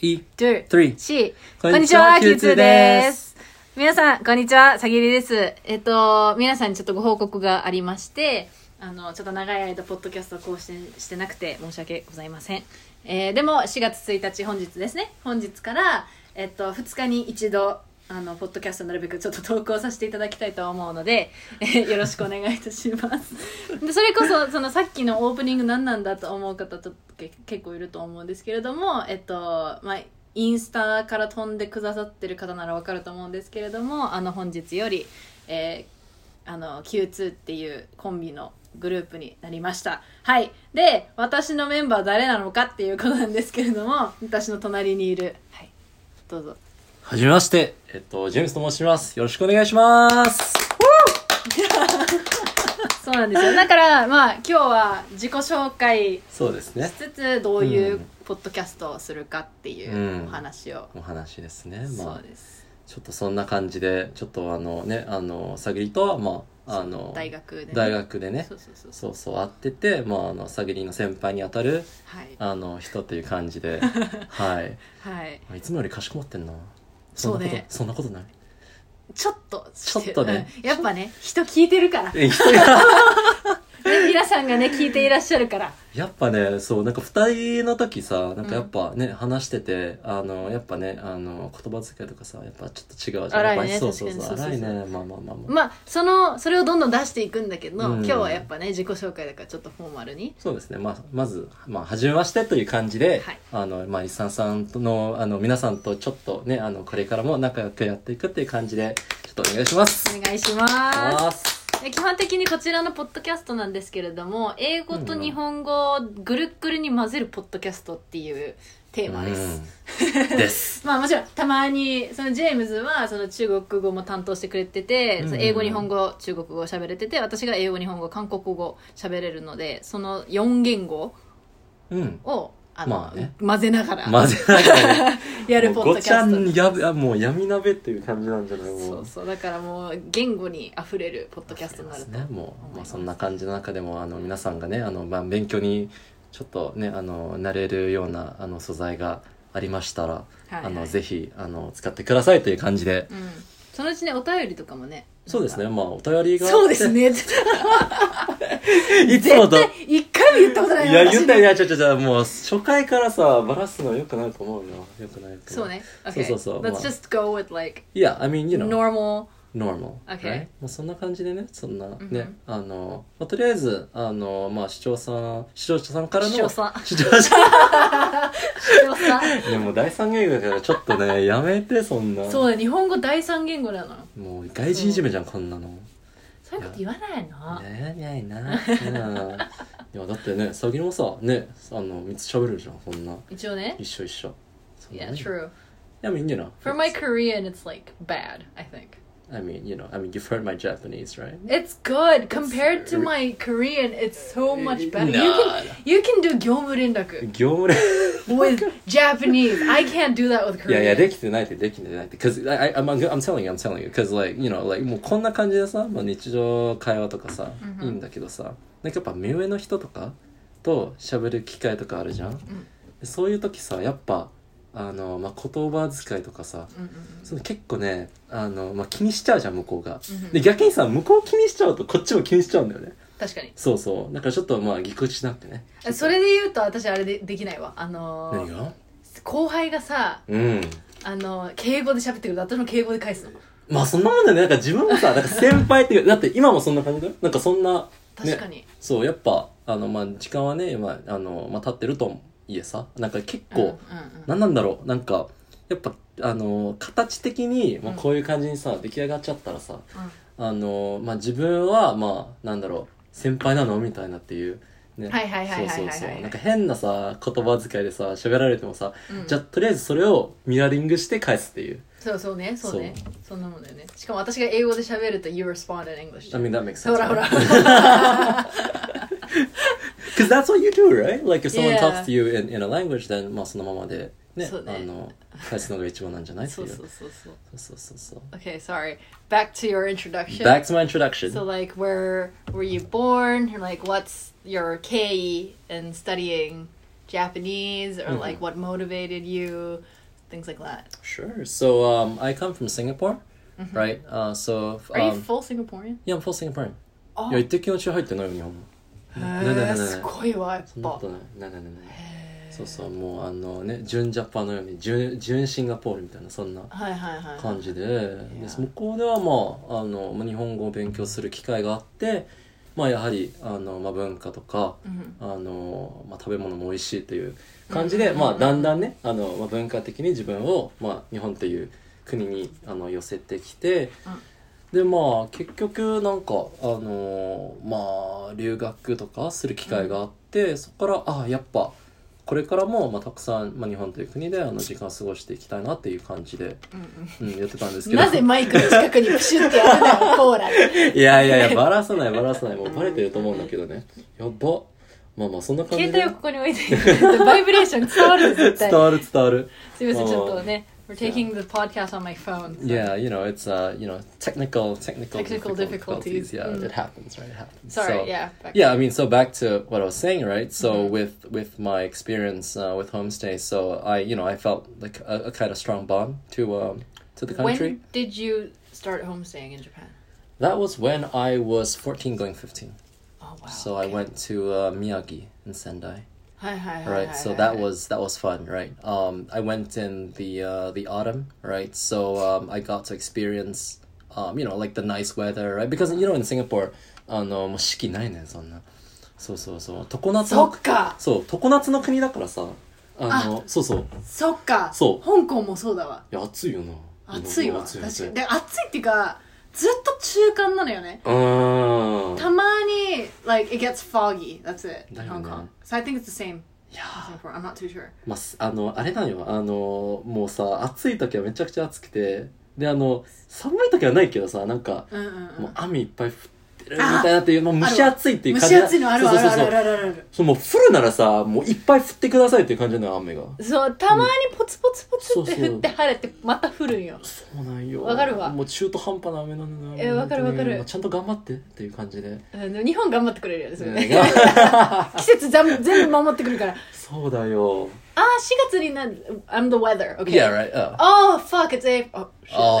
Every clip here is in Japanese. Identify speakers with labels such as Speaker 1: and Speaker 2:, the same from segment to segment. Speaker 1: E
Speaker 2: two,
Speaker 1: Three
Speaker 2: C
Speaker 1: こ
Speaker 2: こ
Speaker 1: ん
Speaker 2: ん
Speaker 1: に
Speaker 2: に
Speaker 1: ち
Speaker 2: ち
Speaker 1: は
Speaker 2: は、Q2 で
Speaker 1: Q2 です
Speaker 2: す。皆さん、こんにちは、さぎりです。えっと、皆さんにちょっとご報告がありまして、あの、ちょっと長い間、ポッドキャストを更新してなくて、申し訳ございません。えーでも、4月1日、本日ですね。本日から、えっと、2日に一度、あの、ポッドキャストなるべくちょっと投稿させていただきたいと思うので、えーよろしくお願いいたし ます。でそれこそ、その、さっきのオープニング何なんだと思う方とけ結構いると思うんですけれども、えっと、まあ、インスタから飛んでくださってる方ならわかると思うんですけれどもあの本日より、えーあの Q2 っていうコンビのグループになりましたはいで私のメンバーは誰なのかっていうことなんですけれども私の隣にいるはいどうぞ
Speaker 1: はじめまして、えっと、ジェームスと申します。よろしくお願いします。
Speaker 2: そうなんですよだから まあ今日は自己紹介
Speaker 1: そうです
Speaker 2: し
Speaker 1: ね。
Speaker 2: つつどういううんポッドキャストをするかってい
Speaker 1: うん
Speaker 2: うお話を、
Speaker 1: お話ですね。
Speaker 2: そ
Speaker 1: ま
Speaker 2: う
Speaker 1: あ、
Speaker 2: です
Speaker 1: ちょっとそんな感じで、ちょっとあのね、あの、さぎりとは、まあ、あの、
Speaker 2: 大学でね、
Speaker 1: 大学でね
Speaker 2: そ、うそうそうそう
Speaker 1: そうそう会ってて、まあ、あの、さぎりの先輩にあたる、
Speaker 2: はい
Speaker 1: あの、人という感じ で、はい。
Speaker 2: はい
Speaker 1: あいつもよりかしこまってんな。ん
Speaker 2: そう
Speaker 1: なこと、
Speaker 2: ね
Speaker 1: そんなことない。
Speaker 2: ちょっと
Speaker 1: ちょっとね
Speaker 2: うんやっぱね人聞いて るから、ね、
Speaker 1: え人が
Speaker 2: 皆さんがね聞いていらっしゃるから
Speaker 1: やっぱね、そう、なんか二人の時さ、なんかやっぱね、話してて、あの、やっぱね、あの、言葉遣いとかさ、やっぱちょっと違うじゃん。
Speaker 2: 荒いね
Speaker 1: やっぱりそうそうそう。
Speaker 2: 確か
Speaker 1: 荒
Speaker 2: に
Speaker 1: い
Speaker 2: そうそうそう
Speaker 1: ね。まあまあまあまあ。
Speaker 2: まあそのそれをどんどん出していくんだけど、
Speaker 1: うん
Speaker 2: 今日はやっぱね自己紹介だからちょっとフォーマルに
Speaker 1: そうですね。まあ、まず、まあ、はじめましてという感じで、
Speaker 2: はい
Speaker 1: あの、まあ、リスナーさんとの、あの、皆さんとちょっとね、あの、これからも仲良くやっていくっていう感じで、ちょっとお願いします。
Speaker 2: お願いします
Speaker 1: す。
Speaker 2: で基本的にこちらのポッドキャストなんですけれども英語と日本語をぐるっぐるに混ぜるポッドキャストっていうテーマです、
Speaker 1: うんです。
Speaker 2: まあもちろんたまにそのジェームズはその中国語も担当してくれてて、
Speaker 1: うん
Speaker 2: その英語日本語中国語喋れてて私が英語日本語韓国語喋れるのでその4言語
Speaker 1: うん。
Speaker 2: をあの、
Speaker 1: まあね
Speaker 2: 混ぜながら
Speaker 1: 混ぜながらね。
Speaker 2: やるポッドキャ
Speaker 1: もうご
Speaker 2: ス
Speaker 1: ちゃんやべあもう闇鍋っていう感じなんじゃない
Speaker 2: ト
Speaker 1: もう
Speaker 2: そうそうだからもう言語にあふれるポッドキャストになる
Speaker 1: そ
Speaker 2: と
Speaker 1: うですねも、
Speaker 2: 思いう
Speaker 1: ま
Speaker 2: ま
Speaker 1: あ、
Speaker 2: す
Speaker 1: そんな感じの中でもあの皆さんがねあの、まあ、勉強にちょっとねあのなれるようなあの素材がありましたら、
Speaker 2: はいはい
Speaker 1: あのぜひあの使ってくださいという感じで、
Speaker 2: うん、そのうちねお便りとかもね
Speaker 1: そうですね
Speaker 2: なんか
Speaker 1: まあお便りが
Speaker 2: そうですね
Speaker 1: いつもと
Speaker 2: 絶対一回も言ったことない
Speaker 1: い
Speaker 2: な
Speaker 1: や
Speaker 2: 私
Speaker 1: 言ったいやちょちょちょもう初回からさバラすのよくないと思うよよくないよくない
Speaker 2: そうね okay.
Speaker 1: そうそうそう
Speaker 2: Let's
Speaker 1: まあ
Speaker 2: just go with like
Speaker 1: Yeah I mean you know
Speaker 2: normal
Speaker 1: normal、
Speaker 2: Okay.
Speaker 1: right? まあ、そんな感じでねそんなね、
Speaker 2: Mhm.
Speaker 1: あの、まあ、とりあえずあの、まあ、視聴さん視聴者さんからの
Speaker 2: 視聴さ
Speaker 1: 視聴者
Speaker 2: 強さ
Speaker 1: でも第三言語だからちょっとね やめてそんな
Speaker 2: そうだ日本語第三言語なの
Speaker 1: もう外人いじめじゃんこんなのね
Speaker 2: そういうこと言わないの、
Speaker 1: えねえな うんいやだってねさぎもさねあの三つ喋るじゃんそんな
Speaker 2: 一応ね
Speaker 1: 一緒一緒そんな
Speaker 2: Yeah
Speaker 1: ね
Speaker 2: true
Speaker 1: I mean you know
Speaker 2: For my Korean it's like bad I think
Speaker 1: I mean you know I mean you've heard my Japanese right
Speaker 2: It's good compared to my Korean it's so much better
Speaker 1: No.
Speaker 2: You can you can do 業務連 絡
Speaker 1: 業務連
Speaker 2: with Japanese I can't do that with
Speaker 1: いやいや、で
Speaker 2: Korean
Speaker 1: きてないってできてないって。Cause I, I, I'm, I'm telling you, I'm telling you. Cause like, you know, like, もうこんな感じでさ、まあ、日常会話とかさ、
Speaker 2: Mhm.
Speaker 1: いいんだけどさ、なんかやっぱ目上の人とかと喋る機会とかあるじゃん、でそういう時さ、やっぱ、あの、まあ、言葉遣いとかさ、
Speaker 2: うんうん
Speaker 1: その結構ね、あの、まあ、気にしちゃうじゃん、向こうが。
Speaker 2: Mhm.
Speaker 1: で、逆にさ、向こう気にしちゃうとこっちも気にしちゃうんだよね。
Speaker 2: 確かに
Speaker 1: そうそう。だからちょっとまあ、ぎこちなくてね。
Speaker 2: あそれで言うと私あれでできないわあの
Speaker 1: 何
Speaker 2: ー、
Speaker 1: が
Speaker 2: 後輩がさ
Speaker 1: うん。
Speaker 2: あのー敬語で喋ってくると私も敬語で返すの
Speaker 1: まあそんなもんだよね。なんか自分もさ、なんか先輩っていう、だって今もそんな感じだよ。なんかそんな、
Speaker 2: 確かに、
Speaker 1: そう、やっぱ、あの、まあ時間はね、まあ、あの、まあ経ってるといえさ、なんか結
Speaker 2: うんうん
Speaker 1: 構、なんなんだろう、なんか、やっぱ、あの、形的に、まあ
Speaker 2: うん
Speaker 1: こういう感じにさ、出来上がっちゃったらさ、
Speaker 2: うんうん
Speaker 1: あの、まあ自分は、まあ、なんだろう、先輩なのみたいなっていう。ね、
Speaker 2: はいはいはいはいはいはい
Speaker 1: そうそうそうなんか変なさ言葉遣いでさ喋られてもさ、
Speaker 2: うん
Speaker 1: じゃあとりあえずそれをミラーリングして返すっていう
Speaker 2: そうそうねそうねそんなもんだよねしかも私が英語で喋ると You respond in English
Speaker 1: I mean that makes sense
Speaker 2: ほらほ
Speaker 1: right?
Speaker 2: ら
Speaker 1: Because that's what you do, right? Like if someone
Speaker 2: Yeah.
Speaker 1: talks to you in, in a language, then まあそのままでね、
Speaker 2: そうね
Speaker 1: あの返すのが一番なんじゃないって
Speaker 2: そ
Speaker 1: いうう。
Speaker 2: そうそうそう
Speaker 1: そうそうそう。
Speaker 2: Okay sorry back to your introduction
Speaker 1: Back to my introduction.
Speaker 2: so like where were you born like what's your K in studying Japanese or
Speaker 1: Mm-hmm.
Speaker 2: like what motivated you, things like that.
Speaker 1: Sure. So um, I come from Singapore, right? Uh, so
Speaker 2: Are you
Speaker 1: um,
Speaker 2: full Singaporean?
Speaker 1: yeah, I'm full Singaporean.
Speaker 2: あ
Speaker 1: いや、一滴の血入ってないよ、日本も。
Speaker 2: へ
Speaker 1: ねねね
Speaker 2: ー
Speaker 1: ね
Speaker 2: すごいわやっ
Speaker 1: そんな
Speaker 2: ぱ
Speaker 1: こと。ない。ないないないない。そうそう、もうあのね、純ジャパンのように、純純シンガポールみたいな、そんな
Speaker 2: はいはいはい。
Speaker 1: 感じで、
Speaker 2: い
Speaker 1: で向こうではまあ、あの、まあ日本語を勉強する機会があって、まあやはり、あの、まあ文化とか、
Speaker 2: うん
Speaker 1: あの、まあ食べ物も美味しいという感じで、
Speaker 2: うん
Speaker 1: まあだんだんね、あの、まあ文化的に自分を、まあ日本という国にあの寄せてきて、でまあ結局なんかあのーまあ留学とかする機会があって、そこからあやっぱこれからも、まあ、たくさん、まあ、日本という国であの時間を過ごしていきたいなっていう感じで、
Speaker 2: うん
Speaker 1: うん、やってたんですけ
Speaker 2: うん。
Speaker 1: ど
Speaker 2: なぜマイクの近くにプシュってやるのよコーラで。
Speaker 1: いやいやいやバラさないバラさないもうバレてると思うんだけどねやばまあまあそんな感じ
Speaker 2: 携
Speaker 1: で
Speaker 2: 帯をここに置いて バイブレーション伝わるよ絶対
Speaker 1: 伝。わる伝わる
Speaker 2: すみませんちょっとね。We're taking the podcast on my phone. so-
Speaker 1: Yeah, you know, it's uh, you know, technical technical,
Speaker 2: Technical difficulties.
Speaker 1: Yeah,
Speaker 2: Mm.
Speaker 1: it happens, right? It happens.
Speaker 2: Sorry,
Speaker 1: So-
Speaker 2: yeah, back-
Speaker 1: yeah. I mean, so back to what I was saying, right? So with with my experience uh, with homestay, so I you know I felt like a, a kind of strong bond to um to the country.
Speaker 2: When did you start homestaying in Japan?
Speaker 1: That was when I was fourteen, going fifteen.
Speaker 2: Oh wow.
Speaker 1: So I went to uh, Miyagi in Sendai.
Speaker 2: はいはいはいはい
Speaker 1: Right, so
Speaker 2: ah.
Speaker 1: that was that was fun, right? Um, I went in the uh, the autumn, right? So um, I got to experience, um, you know, like the nice weather, right? Because you know in Singapore, あのもう四季ないねんそんな。そうそうそう。常夏
Speaker 2: そ
Speaker 1: の
Speaker 2: っか
Speaker 1: そう常夏の国だからさ、あのそうそう。
Speaker 2: そっか
Speaker 1: そう
Speaker 2: 香港もそうだわ
Speaker 1: いや暑いよな。
Speaker 2: 暑いわ
Speaker 1: 暑
Speaker 2: 確
Speaker 1: い
Speaker 2: か
Speaker 1: 暑い。
Speaker 2: にで暑いっていうかずっと中間なのよね
Speaker 1: うーん。
Speaker 2: たまに like it gets foggy that's it in
Speaker 1: だよ
Speaker 2: Hong
Speaker 1: ね
Speaker 2: Kong so I think it's the same
Speaker 1: いやー
Speaker 2: in Singapore I'm not too sure
Speaker 1: まあす、あの、あれなんよ。あの、もうさ、暑い時はめちゃくちゃ暑くて、で、あの、寒い時はないけどさ、なんか、
Speaker 2: うんうんう
Speaker 1: もうん雨いっぱい降ってるみたいなっていう、もう蒸し暑いっていう
Speaker 2: 蒸
Speaker 1: 感じな
Speaker 2: し暑いのあるわあ
Speaker 1: そう
Speaker 2: る
Speaker 1: そう
Speaker 2: あ
Speaker 1: そう
Speaker 2: るあるあるある
Speaker 1: そう、もう降るならさ、もういっぱい降ってくださいっていう感じなのよ、雨が。
Speaker 2: そうたまにポツポツポツって
Speaker 1: そうそう
Speaker 2: 降って晴れてまた降るんよ
Speaker 1: そうなんよ。
Speaker 2: わかるわ
Speaker 1: もう中途半端な雨なのよ。
Speaker 2: えわかるわかる
Speaker 1: もうちゃんと頑張ってっていう感じで。
Speaker 2: うんでも日本頑張ってくれるよねそれね
Speaker 1: ね
Speaker 2: 季節全 全部守ってくるから
Speaker 1: そうだよ。
Speaker 2: ああ4月にな I'm the weather okay
Speaker 1: Yeah, right. Uh.
Speaker 2: Oh fuck! It's April.
Speaker 1: Oh.
Speaker 2: Oh,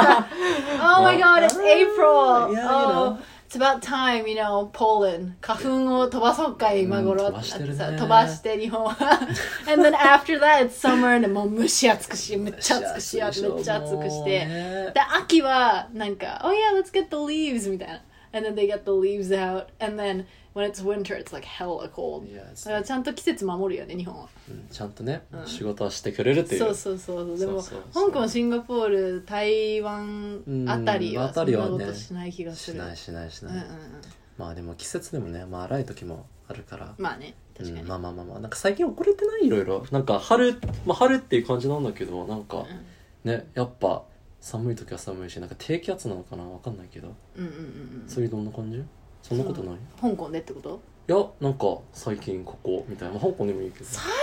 Speaker 2: oh my god! It's
Speaker 1: Ah,
Speaker 2: April.
Speaker 1: yeah, you
Speaker 2: oh,
Speaker 1: know.
Speaker 2: it's about time, you know, Poland. 花粉を飛ばそうかい今頃。
Speaker 1: うん飛ばしてるね
Speaker 2: あとさ飛ばして日本は。and then after that, it's summer, and もう蒸し暑くし、めっちゃ暑くし、めっちゃ暑くし
Speaker 1: もう
Speaker 2: て。
Speaker 1: ね
Speaker 2: で秋はなんか、oh yeah, let's get the leaves みたいな。And then they get the leaves out, and then when it's winter, it's like hella cold.
Speaker 1: Yeah, it's-
Speaker 2: だからちゃんと季節守るよね日本は。
Speaker 1: うんちゃんとね、仕事はしてくれるっていう。
Speaker 2: そうそうそうそうでも
Speaker 1: そうそうそう
Speaker 2: 香港シンガポール台湾あたり
Speaker 1: う
Speaker 2: は
Speaker 1: ん
Speaker 2: そ
Speaker 1: あた
Speaker 2: ん
Speaker 1: り
Speaker 2: な
Speaker 1: はね
Speaker 2: ことしない気がす
Speaker 1: し
Speaker 2: る
Speaker 1: ないしないし
Speaker 2: うんうん
Speaker 1: ない。
Speaker 2: うん
Speaker 1: まあでも季節でもね、まあ荒い時もあるから。
Speaker 2: まあね確か
Speaker 1: う
Speaker 2: に
Speaker 1: ん、まあまあまあまあなんか最近遅れてないいろいろなんか春、まあ、春っていう感じなんだけどなんかねやっぱ寒い時は寒いしなんか低気圧なのかなわかんないけど
Speaker 2: うんうんうん
Speaker 1: それどんな感じそんなことない、い
Speaker 2: うん香港でってこと
Speaker 1: やなんか最近ここみたいな、まあ、香港でもいいけど
Speaker 2: 最近は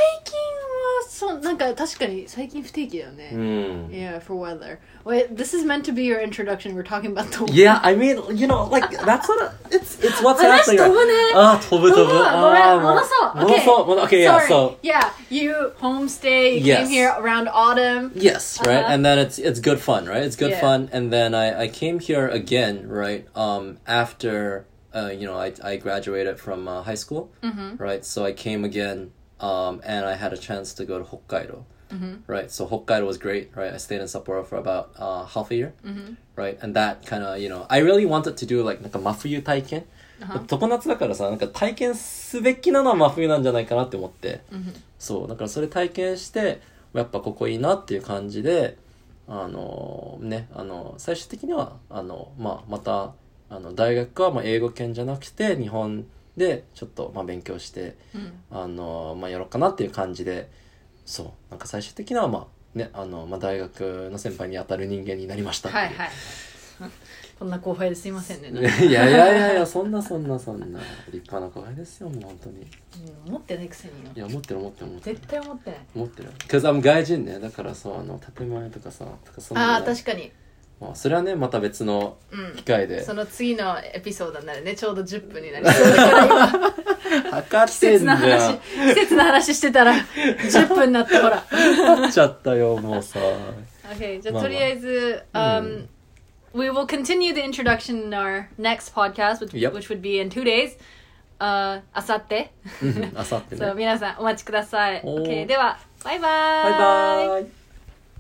Speaker 2: そうなんか確かに最近不定期だよね、
Speaker 1: うん
Speaker 2: Yeah, for weather. Wait, this is meant to be your introduction. We're talking about the weather.
Speaker 1: Yeah, I mean, you know, like, that's what, it's, it's what's
Speaker 2: 話飛
Speaker 1: happening.
Speaker 2: ぶね。
Speaker 1: あー、飛ぶ飛ぶ。
Speaker 2: ごめん
Speaker 1: あーも
Speaker 2: 戻そう
Speaker 1: 戻そう。戻 Okay, yeah,
Speaker 2: Sorry.
Speaker 1: so,
Speaker 2: yeah, you homestay. You came
Speaker 1: Yes.
Speaker 2: here around autumn.
Speaker 1: Yes, right,
Speaker 2: Uh-huh.
Speaker 1: and then it's it's good fun, right? It's good
Speaker 2: Yeah.
Speaker 1: fun, and then I, I came here again, right? Um, after uh, you know, I I graduated from uh, high school,
Speaker 2: Mm-hmm.
Speaker 1: right? So I came again, um, and I had a chance to go to Hokkaido,
Speaker 2: Mm-hmm.
Speaker 1: right? So Hokkaido was great, right? I stayed in Sapporo for about uh, half a year, right? And that kind of you know, I really wanted to do like なんか真冬体験。常夏だからさなんか体験すべきなのは真冬なんじゃないかなって思って、そうだからそれ体験してやっぱここいいなっていう感じであのねあの最終的にはあの、まあ、またあの大学はまあ英語圏じゃなくて日本でちょっとまあ勉強して、あのまあ、やろうかなっていう感じでそうなんか最終的にはまあねあの、まあ、大学の先輩に当たる人間になりましたっていう
Speaker 2: は いはい。こんな後輩ですいませんね。
Speaker 1: いやいやいやいやそんなそんなそんな立派な子がいですよもう本当にい
Speaker 2: うん持ってないくせによ
Speaker 1: や持ってる持ってる持ってる
Speaker 2: 絶対持ってない
Speaker 1: 持ってる Cause I'm 外人ねだからそうあの建前とかさとかそんな
Speaker 2: あ
Speaker 1: の
Speaker 2: あ
Speaker 1: ね
Speaker 2: 確かに
Speaker 1: まあ、それはねまた別の機会で、
Speaker 2: その次のエピソードになるねちょうど10分 になりそうだから今
Speaker 1: 測
Speaker 2: 季
Speaker 1: ってん
Speaker 2: 節
Speaker 1: じ
Speaker 2: の
Speaker 1: ゃ
Speaker 2: 話
Speaker 1: ん
Speaker 2: 季節の話してたら10分になってほら
Speaker 1: 測っちゃったよ もうさ
Speaker 2: Okay, じゃあ
Speaker 1: まあまあ
Speaker 2: とりあえず、um, we will continue the introduction in our next podcast, which,
Speaker 1: Yep.
Speaker 2: which would be in two days. Uh, あさって。
Speaker 1: うんあさってね
Speaker 2: そう、皆さんお待ちください。
Speaker 1: おー
Speaker 2: Okay, では、バイバー
Speaker 1: バイバーイ